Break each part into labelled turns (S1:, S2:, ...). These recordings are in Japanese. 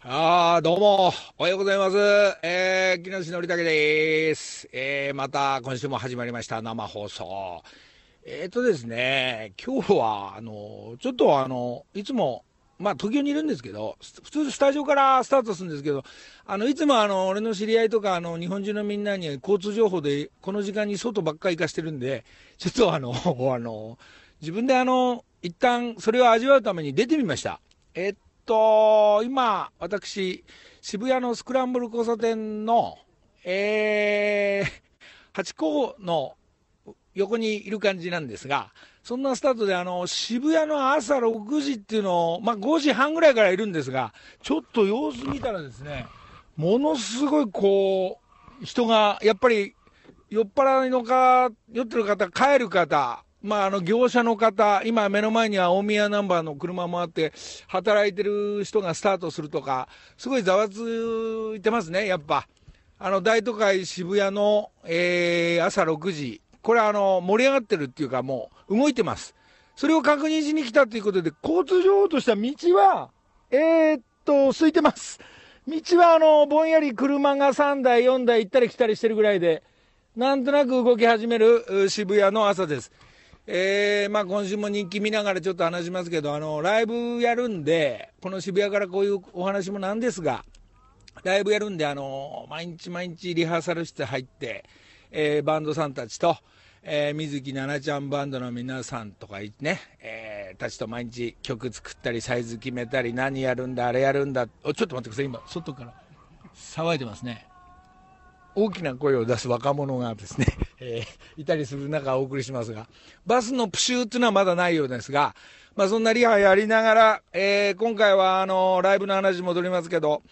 S1: あ、どうも、おはようございます。えー、木梨憲武です。えー、また今週も始まりました、生放送。えっ、ー、とですね、今日は、あの、ちょっとあの、いつも、まあ、東京にいるんですけど、普通スタジオからスタートするんですけど、あの、いつもあの、俺の知り合いとか、あの、日本中のみんなに交通情報で、この時間に外ばっかり行かしてるんで、ちょっとあの、 あの、自分であの、一旦それを味わうために出てみました。えーと、今、私、渋谷のスクランブル交差点の、えー、ハチ公の横にいる感じなんですが、そんなスタートで、あの、渋谷の朝6時っていうのを、まあ、5時半ぐらいからいるんですが、ちょっと様子見たらですね、ものすごいこう、人が、やっぱり、酔っ払いのか、酔ってる方、帰る方、まあ、あの業者の方、今、目の前には大宮ナンバーの車もあって、働いてる人がスタートするとか、すごいざわついてますね、やっぱ。あの大都会渋谷の、えー、朝6時、これあの、盛り上がってるっていうか、もう動いてます。それを確認しに来たということで、交通情報としては、道は、えー、っと、空いてます。道はあのぼんやり車が3台、4台行ったり来たりしてるぐらいで、なんとなく動き始める渋谷の朝です。えー、まあ、今週も人気見ながらちょっと話しますけど、あの、ライブやるんで、この渋谷からこういうお話もなんですが、ライブやるんで、あの、毎日毎日リハーサル室入って、えー、バンドさんたちと、えー、水木奈々ちゃんバンドの皆さんとかね、えー、たちと毎日曲作ったり、サイズ決めたり、何やるんだ、あれやるんだ、ちょっと待ってください、今、外から騒いでますね。大きな声を出す若者がですね、 えー、いたりする中お送りしますが、バスのプシューっていうのはまだないようですが、まあそんなリハやりながら、えー、今回はあの、ライブの話戻りますけど、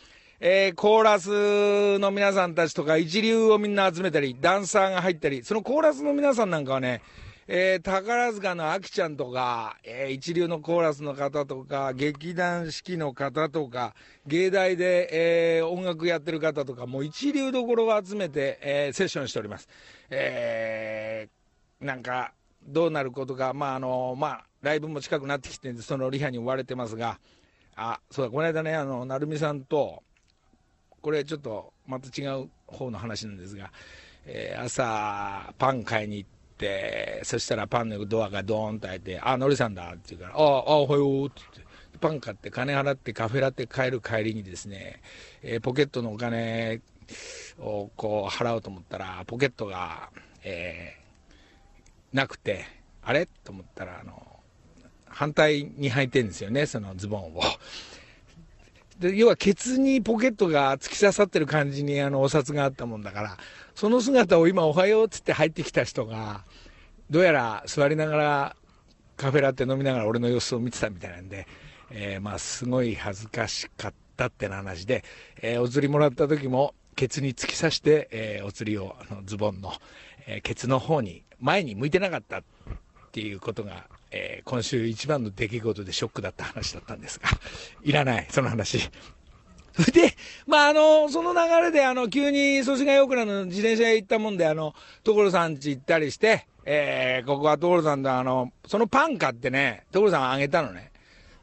S1: えー、コーラスの皆さんたちとか一流をみんな集めたり、ダンサーが入ったり、そのコーラスの皆さんなんかはね、えー、宝塚のあきちゃんとか、えー、一流のコーラスの方とか、劇団四季の方とか、芸大で、えー、音楽やってる方とか、もう一流どころを集めて、えセッションしております。えなんか、どうなることか、まあ、あの、まあ、ライブも近くなってきて、そのリハに追われてますが、あ、そうだ、この間ね、あの、なるみさんと、これちょっと、また違う方の話なんですが、え朝、パン買いに行って、っそしたらパンのドアがドーンと開いて、あ、のりさんだって言うから、ああ、おはようって言って、パン買って金払ってカフェラテ帰る帰りにですね、えー、ポケットのお金をこう払おうと思ったら、ポケットが、えー、なくて、あれと思ったら、あの、反対に履いてんですよね、そのズボンを。で要はケツにポケットが突き刺さってる感じにあのお札があったもんだからその姿を今おはようっつって入ってきた人がどうやら座りながらカフェラテ飲みながら俺の様子を見てたみたいなんで、えー、まあすごい恥ずかしかったってな話で、えー、お釣りもらった時もケツに突き刺して、えー、お釣りをあのズボンの、えケツの方に前に向いてなかったっていうことがえ今週一番の出来事でショックだった話だったんですが、 いらない、その話。 それで、まあ、あの、その流れで、あの、急に祖師ヶ谷大倉の自転車へ行ったもんで、あの、所さん家行ったりして、えー、ここは所さんと、あの、そのパン買ってね、所さんあげたのね。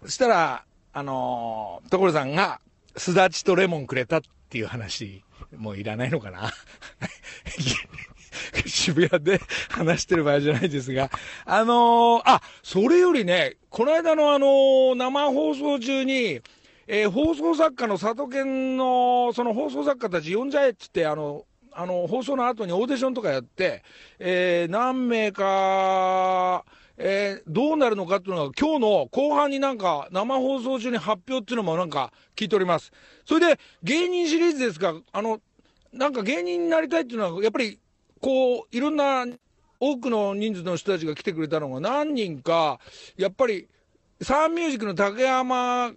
S1: そしたら、あの、所さんが、すだちとレモンくれたっていう話、もういらないのかな 渋谷で話してる場合じゃないですが、あのー、あ、それよりね、この間のあのー、生放送中に、えー、放送作家の里健の、その放送作家たち呼んじゃえっつって、あの、あの、放送の後にオーディションとかやって、え何名か、えどうなるのかっていうのが、今日の後半になんか、生放送中に発表っていうのもなんか聞いております。それで、芸人シリーズですが、あの、なんか芸人になりたいっていうのは、やっぱりこう、いろんな多くの人数の人たちが来てくれたのが何人か、やっぱり、サンミュージックの竹山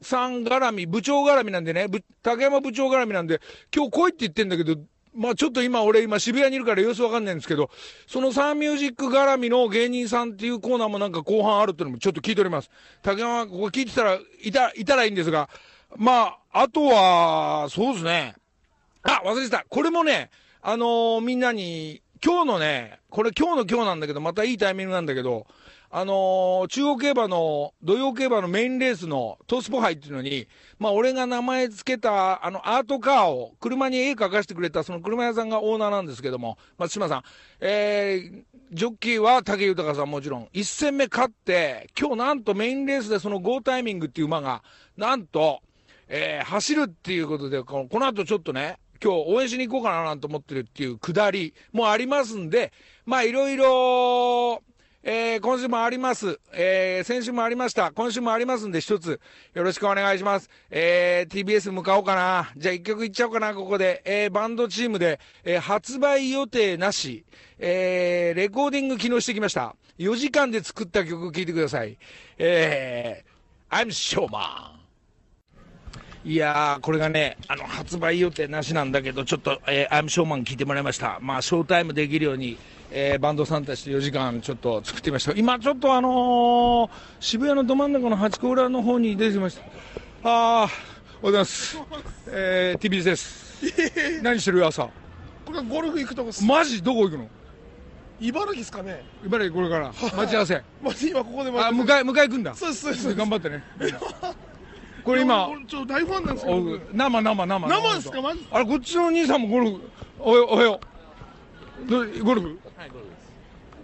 S1: さん絡み、部長絡みなんでね、竹山部長絡みなんで、今日来いって言ってんだけど、まあちょっと今俺今渋谷にいるから様子わかんないんですけど、そのサンミュージック絡みの芸人さんっていうコーナーもなんか後半あるっていうのもちょっと聞いております。竹山、ここ聞いてたら、いた、いたらいいんですが、まあ、あとは、そうですね。あ、忘れてた。これもね、あのー、みんなに、今日のね、これ今日の今日なんだけど、またいいタイミングなんだけど、あのー中央競馬の、土曜競馬のメインレースのトースポ杯っていうのに、まあ、俺が名前付けた、あの、アートカーを、車に絵描かせてくれた、その車屋さんがオーナーなんですけども、松島さん、えージョッキーは武豊さんもちろん、1戦目勝って、今日なんとメインレースでそのゴータイミングっていう馬が、なんと、えー走るっていうことで、このこの後ちょっとね、今日応援しに行こうかななんて思ってるっていうくだりもありますんで、まあいろいろ、えー今週もあります、えー先週もありました、今週もありますんで、一つよろしくお願いします。えー TBS 向かおうかな。じゃあ一曲いっちゃおうかな、ここで。えーバンドチームで、えー発売予定なし、えーレコーディング昨日してきました。4時間で作った曲聴いてください。えー I'm Showman。いやー、これがね、あの発売予定なしなんだけど、ちょっと、えー、アイムショーマン聞いてもらいました、まあ、ショータイムできるように、えーバンドさんたちと4時間ちょっと作ってみました、今、ちょっと、あのー渋谷のど真ん中の八甲裏の方に出てきました、あー、おはようございます、えー、TBS です、何してる朝、
S2: これはゴルフ行くとこっす、
S1: マジ、どこ行くの、
S2: 茨城ですかね
S1: 茨城、これから、待ち合わせ、
S2: まず今ここで
S1: あ迎
S2: え
S1: え迎え行くんだ、
S2: そうですそうです
S1: 頑張ってね、これ今
S2: 今、ちょっと大ファンなんですけど
S1: お
S2: 僕
S1: 生生生
S2: 生ですかマジ
S1: あれこっちの兄さんもゴルフおはようおはようどゴルフ
S3: はい、ゴルフです。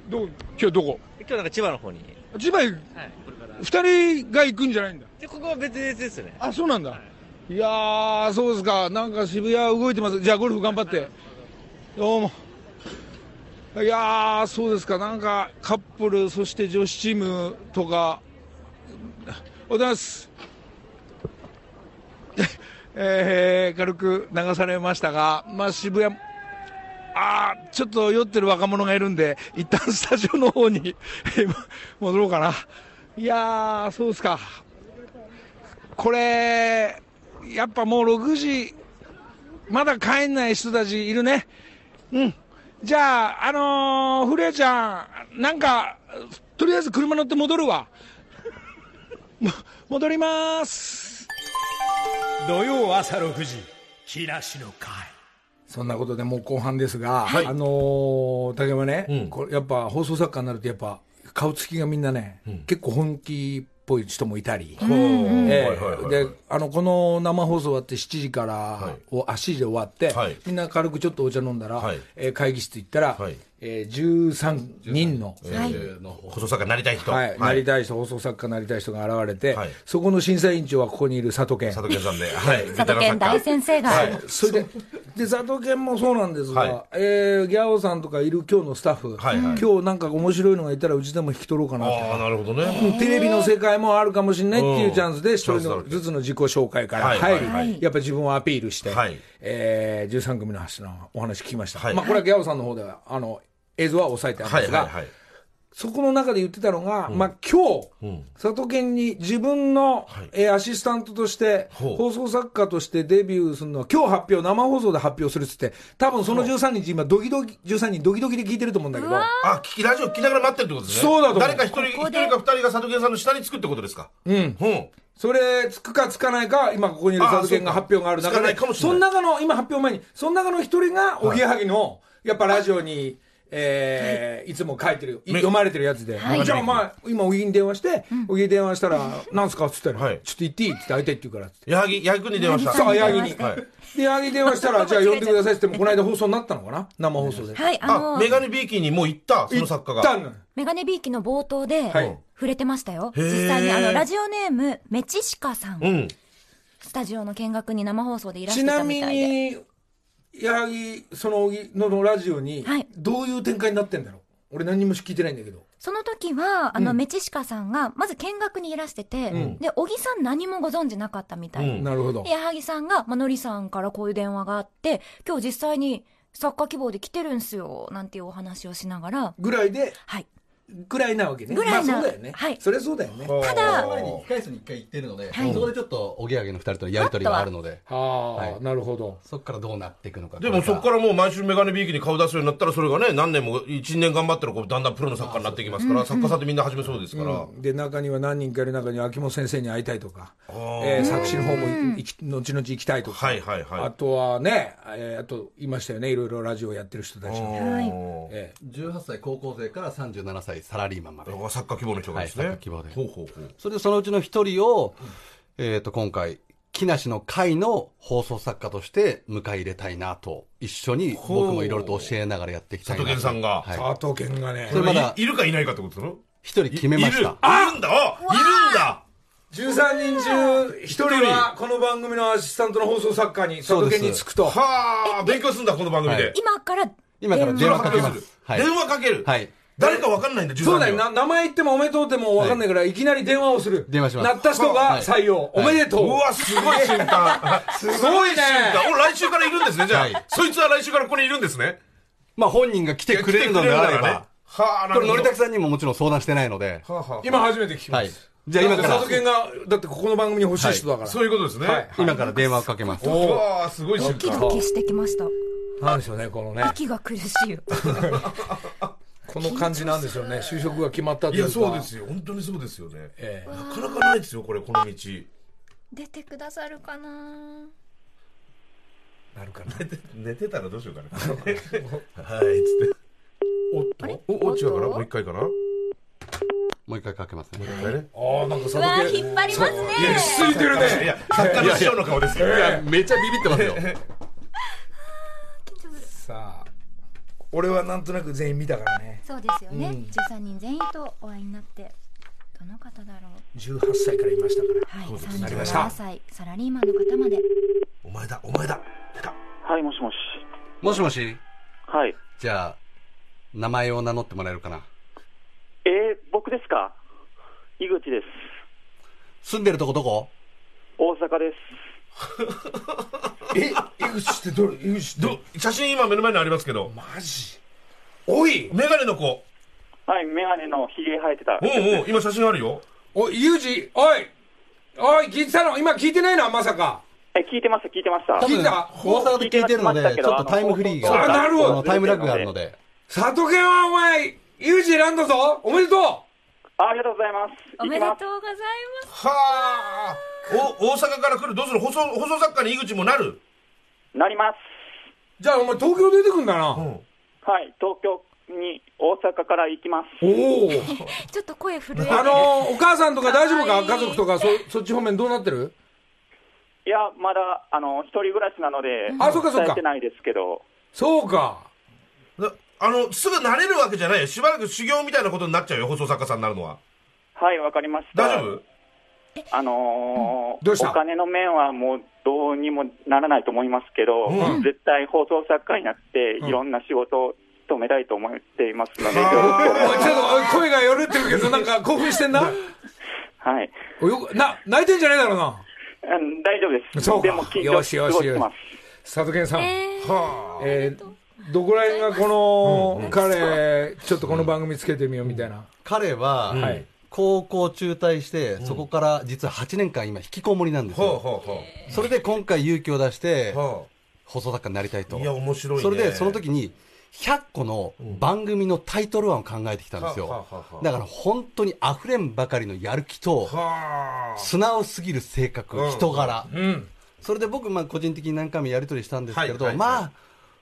S1: どう今日どこ
S3: 今日なんか千葉の方に。
S1: 千葉行く
S3: はい、これから。
S1: 二人が行くんじゃないんだ
S3: で、ここは別々ですね。
S1: あそうなんだ、い、やーそうですかなんか渋谷動いてますじゃあゴルフ頑張ってどうもいやーそうですかなんかカップルそして女子チームとかおはようございます えー軽く流されましたが、まあ、渋谷あーちょっと酔ってる若者がいるんで一旦スタジオの方に 戻ろうかないやーそうですかこれ、やっぱもう6時、まだ帰んない人たちいるね。うん。じゃあ、あのー、古谷ちゃん、なんか、とりあえず車乗って戻るわ。も戻りまーす。
S4: 土曜朝6時木梨の会
S1: そんなことでもう後半ですが、
S4: はい
S1: あのー、竹山ね、
S4: うん
S1: これやっぱ放送作家になるとやっぱ顔つきがみんなね、
S4: ん
S1: 結構本気っぽい人もいたり、
S4: はい
S1: え
S4: はい
S1: ー
S4: はい
S1: であのこの生放送終わって7時からを、あ7時で終わって、
S4: はい
S1: みんな軽くちょっとお茶飲んだら、
S4: はい
S1: えー会議室行ったら、
S4: はい
S1: えー13人の、
S5: はい。
S4: 細坂になりたい人
S1: はいなりたい人、放送作家になりたい人が現れて、
S4: はい
S1: そこの審査委員長はここにいる佐藤健
S4: 佐。藤健さんではい
S5: 佐渡県大先生が、
S4: はい
S1: それでで佐藤健もそうなんですが、
S4: はい
S1: えーギャオさんとかいる今日のスタッフ、
S4: はいはい
S1: 今日なんか面白いのがいたら、うちでも引き取ろうかなって
S4: ああなるほどね
S1: テレビの世界もあるかもしれないっていううんチャンスで、一人
S4: チャンスだ
S1: の
S4: らけ
S1: ずつの自己紹介から
S4: はい
S1: 入り、
S4: はい
S5: はい
S1: やっぱ自分をアピールして、
S4: はい
S1: えー13組の話のお話聞きました。
S4: はい
S1: まあ、これはギャオさんの方では、あの、映像は抑えてあるん
S4: は
S1: で
S4: い
S1: すが、
S4: はいはい
S1: そこの中で言ってたのが、まあ、今日、
S4: うん
S1: 佐藤健に自分の、
S4: はい
S1: えーアシスタントとして、
S4: ほう
S1: 放送作家としてデビューするのは、今日発表、生放送で発表するっつって、多分その13日、今、ドキドキ、13人ドキドキで聞いてると思うんだけど、
S4: あ聞きラジオ聞きながら待ってるってことですね
S1: そうだと思う
S4: 誰か一人一
S5: ここで
S4: 人か二人が佐藤健さんの下につくってことですか
S1: うん。
S4: うん
S1: それ、つくかつかないか、今ここにいる
S4: ああ
S1: 佐藤健が発表がある中
S4: そうかつかな
S1: で
S4: いかも、しれ
S1: そ
S4: な
S1: の
S4: い
S1: 中の、今発表前に、その中の一人が、おぎやはぎの、やっぱラジオに、えーいつも書いてる、い
S4: め
S1: 読まれてるやつで、
S4: い
S1: じゃあお前、今おぎに電話して、おぎに電話したら、なんすかっつったら、
S4: はい
S1: ちょっと行っていいって言って会いたいって言うからっつって。
S4: 矢作矢作君に電話した
S1: そう、矢作
S5: は
S1: に。
S5: い
S4: はい
S1: で、矢作に電話したら、じゃあ呼んでくださいって言っても、この間放送になったのかな生放送で。
S5: はい、あ
S4: あ
S5: の、
S4: メガネビーキーにもう行ったそ
S1: 行
S4: の
S1: っ
S4: 作家
S1: た
S4: が
S1: のよ
S5: メガネビーキの冒頭で、
S1: はい
S5: 触れてましたよ。
S4: へー
S5: 実際に、あの、ラジオネーム、メチシカさん、
S4: うん
S5: スタジオの見学に生放送でいらっし
S1: ち
S5: ゃった
S1: なみ
S5: みたいで。
S1: に、矢作、その、おぎののラジオに
S5: はい、
S1: どういう展開になってんだろう俺何にも聞いてないんだけど。
S5: その時は、あの、メチシカさんが、まず見学にいらしてて、で、小木さん何もご存知なかったみたいで。
S4: うん
S1: なるほど
S5: で。矢作さんが、まあのりさんからこういう電話があって、今日実際に作家希望で来てるんすよ、なんていうお話をしながら、
S1: ぐらいで、
S5: はい。
S1: ぐらいなわけね。
S5: ぐらいな
S1: まあ、そうだよね。
S5: はい
S1: そりゃそうだよね。
S5: ただ
S4: あ
S6: 前に
S4: ー
S6: 控室に一回行ってるので、
S5: はい
S6: そこでちょっとおぎやはぎの二人とのやりとりがあるので、
S1: ああ、
S6: はい
S1: なるほど。
S6: そこからどうなっていくのか。
S4: でもそこからもう毎週メガネビーキに顔出すようになったらそれがね何年も1年頑張ったらこうだんだんプロの作家になってきますから作家さんってみんな始めそうですから、
S1: で、中には何人かいる中に秋元先生に会いたいとか、
S4: ー
S1: えー作詞の方もいき後々行きたいとか、
S4: はいはいはい
S1: あとはね、えーあと、いましたよね、いろいろラジオやってる人たちが。
S5: はい。
S1: え
S6: 18歳高校生から37歳い、サラリーマンまで。
S4: あ作家希望の人がですね。
S6: はい作家希望で
S4: ほうほうほう。
S6: それでそのうちの一人を、えっ、と、今回、木梨の会の放送作家として迎え入れたいなと、一緒に
S4: ほう
S6: 僕もいろいろと教えながらやっていきたい
S4: 佐
S6: なと。
S4: 藤健さんが。
S6: はい
S1: 佐藤健がね
S6: それまだ
S4: いいるかいないかってことなの
S6: 一人決めまし
S4: いる
S6: た。
S4: あいるんだあいるんだ
S1: 13人中1人はこの番組のアシスタントの放送作家に佐藤健につくと
S4: はあ、勉強するんだ、この番組
S6: は
S4: で
S6: い。
S5: 今から
S6: 今から
S4: そ
S6: 電
S4: れ
S6: 話
S4: を
S6: か
S4: 発
S6: け
S4: 表
S6: ます
S4: る
S6: す。。はい。
S4: 電話かける。
S6: はい。
S4: 誰かわかんないんだ、13人
S1: そ
S4: は
S1: うだよな名前言ってもおめでとうっても分かんないから、い、きなり電話をする
S6: 電話します
S1: なった人が
S6: はい
S1: 採用、おめでとう、
S4: うわ、すごい瞬 間。
S1: すごいね
S4: お来週からいるんですね、じゃ
S6: はい
S4: あ。そいつは来週からここにいるんですね。
S6: まあ本人が来てくれるのであ
S4: 来てく
S6: れ
S4: れるならね
S6: ば、
S4: はあ、な
S6: こ
S4: る
S6: れ、
S4: ほど
S6: のりた。くさんにももちろん相談してないので、
S4: はあはあ
S1: 今初めて聞きま
S6: はい
S1: す、。
S6: じゃあ今から
S1: だって佐藤健がだってここの番組に欲しい人だから、
S4: そういうことですね。
S1: はい
S6: 今から電話をかけます。
S4: おわすごい
S5: ド
S4: 瞬
S5: キ
S4: 間。
S5: ドキしてきました。
S1: なんでしょうねこのね
S5: 息が苦しい。
S1: この感じなんでしょうね就職が決まったと
S4: い
S1: いう
S4: や、
S1: か
S4: そうですよ。本当にそうですよね。
S1: ええ
S4: なかなかないですよ、これ、この道。
S5: 出てくださるかな
S1: なるかな
S4: 寝てたらどうしようか な。はい、つって。
S1: おっと
S4: お、お、違うかなもう一回かなも
S6: もう一回かけます
S4: う
S6: ね。
S4: 一回ね。
S1: ああなんか佐
S5: うわー
S1: 藤健
S5: 引っ張りますね。
S1: ついてる
S4: い
S1: ね
S4: や、作家の師匠の顔ですけど。
S6: いや、めっちゃビビってますよ。
S5: 緊張する
S1: さあ俺はなんとなく全員見たからね
S7: そうですよね、13人全員とお会いになってどの方だろう
S1: 18歳からいましたから
S7: はい
S1: なりました
S7: 37歳サラリーマンの方まで
S4: お前だ、お前だ。出た。
S8: はい、もしもし。
S6: もしもし、
S8: はい。
S6: じゃあ、名前を名乗ってもらえるかな。
S8: えー、僕ですか井口です。
S6: 住んでるとこどこ
S8: 大阪です。
S1: え井口ってどれ井口って
S4: ど、写真今目の前にありますけど、
S1: マジおい
S4: メガネの子。
S8: はい、メガネのひげ生えてた。
S4: うんうん、今写真あるよ。
S1: おい、ユージ、おい、おい、聞いてたの今聞いてないな、まさか。
S8: え、聞いてました、聞いてました。
S6: 多
S1: 聞
S6: 分
S1: いた
S6: 大阪で聞いてるので、ちょっとタイムフリーが、
S1: あなるほど
S6: あのタイムラグがあるので、
S1: 佐藤健はお前、ユージ選んだぞおめでと
S8: あありがとうございます。
S5: おめでとう
S8: 行
S5: ご
S8: き
S5: ざ
S8: ま
S5: います。
S4: はあ。お、大阪から来る。どうする放送、放送作家に井口もなる。
S8: す。なります。
S1: うじゃあお前東京出てくんだな。
S4: ん。
S8: はい、東京に大阪から行きます。
S1: おお。
S5: ちょっと声震えて。
S1: あの、お母さんとか大丈夫か
S5: かわいい
S1: 家族とか、そ、そっち方面どうなってる
S8: いや、まだ、あの、一人暮らしなので、
S1: あそっかそっか
S8: 伝えてないですけど、
S1: そうか。
S4: なあの、すぐ慣れるわけじゃないよ。しばらく修行みたいなことになっちゃうよ、放送作家さんになるのは。
S8: はい、わかりました。
S4: 大丈夫
S8: あのー
S1: うんどうした
S8: お金の面はもうどうにもならないと思いますけど、
S4: うん
S8: 絶対放送作家になって、
S1: うん
S8: いろんな仕事を止めたいと思っていますので、
S4: あ
S1: おいちょっと、おい声がよるってるけ ど、なんか興奮してんな。
S8: はい、
S1: おいよくな、泣いてんじゃねえだろうな。
S8: うん大丈夫です。
S1: そうか
S8: でも緊
S1: よ
S8: 張
S1: し
S8: す
S1: よし
S8: ごいしてます。
S1: 佐藤健さん。
S5: えー
S1: えーどこら辺がこの、彼、ちょっとこの番組つけてみようみたいな。
S6: 彼は、
S1: はい
S6: 高校中退して、そこから実は8年間今引きこもりなんです
S4: ほう
S6: よ。
S4: ほうほ
S6: それで今回勇気を出して
S4: う。、は
S6: 放送作家になりたい
S4: あ。
S6: と。
S4: いや、面白いね。
S6: それで、その時に、100個の番組のタイトル案を考えてきたんです
S4: は
S6: よ
S4: あはあは。あ
S6: だから本当に溢れんばかりのやる気と、
S4: はあ。
S6: 素直すぎる性格、
S4: うん
S6: 人柄。
S1: うん。
S6: それで僕、まあ、個人的に何回もやり取りしたんですけれど、
S4: はいはいはい
S6: まあ、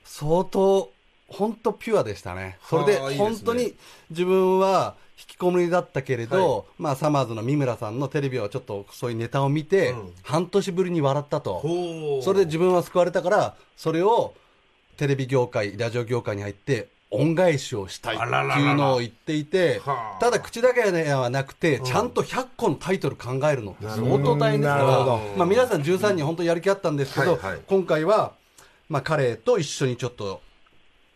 S6: 相当、本当ピュアでしたね。それで、
S4: はあいいですね
S6: 本当に自分は引きこもりだったけれど、まあ、サマーズの三村さんのテレビをちょっとそういうネタを見て、
S4: うん
S6: 半年ぶりに笑ったと。
S4: ほう。
S6: それで自分は救われたから、それをテレビ業界、ラジオ業界に入って、恩返しをしたいって
S4: あらららら
S6: いうのを言っていて
S4: はあ、
S6: ただ口だけではなくて、ちゃんと100個のタイトル考えるのって相当大変ですか
S1: なるほ
S6: ら
S1: ど、
S6: まあ皆さん13人本当にやる気あったんですけ
S4: は
S6: ど
S4: いはい、
S6: 今回は、まあ彼と一緒にちょっと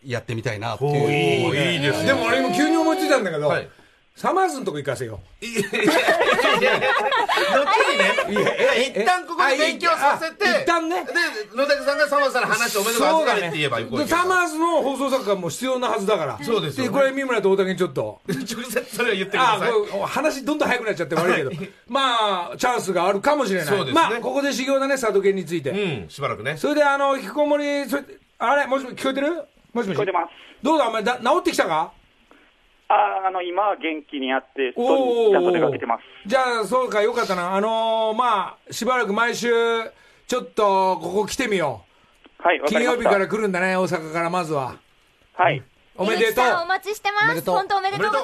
S6: やってみたいなって
S4: ほう
S6: いう。
S4: いいねいいですね。
S1: でも俺今急に思いついたんだけど、
S4: はい
S1: サマーズのとこ行かせよう。
S4: どっちにね、いや一旦ここで勉強させて、
S1: あいあ一旦ね
S4: で、野田さんがサマさんの話をおめでとう預かれって言えば行こう
S1: で
S4: よ
S1: サマーズの放送作家も必要なはずだから。
S4: そうですよね
S1: これ三村と大竹にちょっと。
S4: 直接それは言ってく
S1: あ
S4: だ
S1: あ
S4: さい。
S1: これ話どんどん早くなっちゃって悪いけど、まあ、チャンスがあるかもしれない。
S4: そうですね
S1: まあ、ここで修行だね、佐渡県について。
S4: うん、しばらくね。
S1: それで、あの、引きこもり、それあれ、もしも聞こえてるもしもし。
S8: 聞こえてます。
S1: どうだ、お前だ、治ってきたか
S8: あーあの、今は元気にやって、外にちゃんと出かけてます。
S1: じゃあ、そうか、よかったな。あのーまあ、しばらく毎週、ちょっと、ここ来てみよ
S8: はい、
S1: う。
S8: わか
S1: 金
S8: りま
S1: 曜
S8: し
S1: 日
S8: た。
S1: から来るんだね、大阪からまずは。
S8: はい。
S1: おめ
S7: 井
S1: でと
S7: 口
S1: う。
S7: さんお待ちして
S6: お
S5: ま。
S6: めですとう
S5: 本当おめでとうござい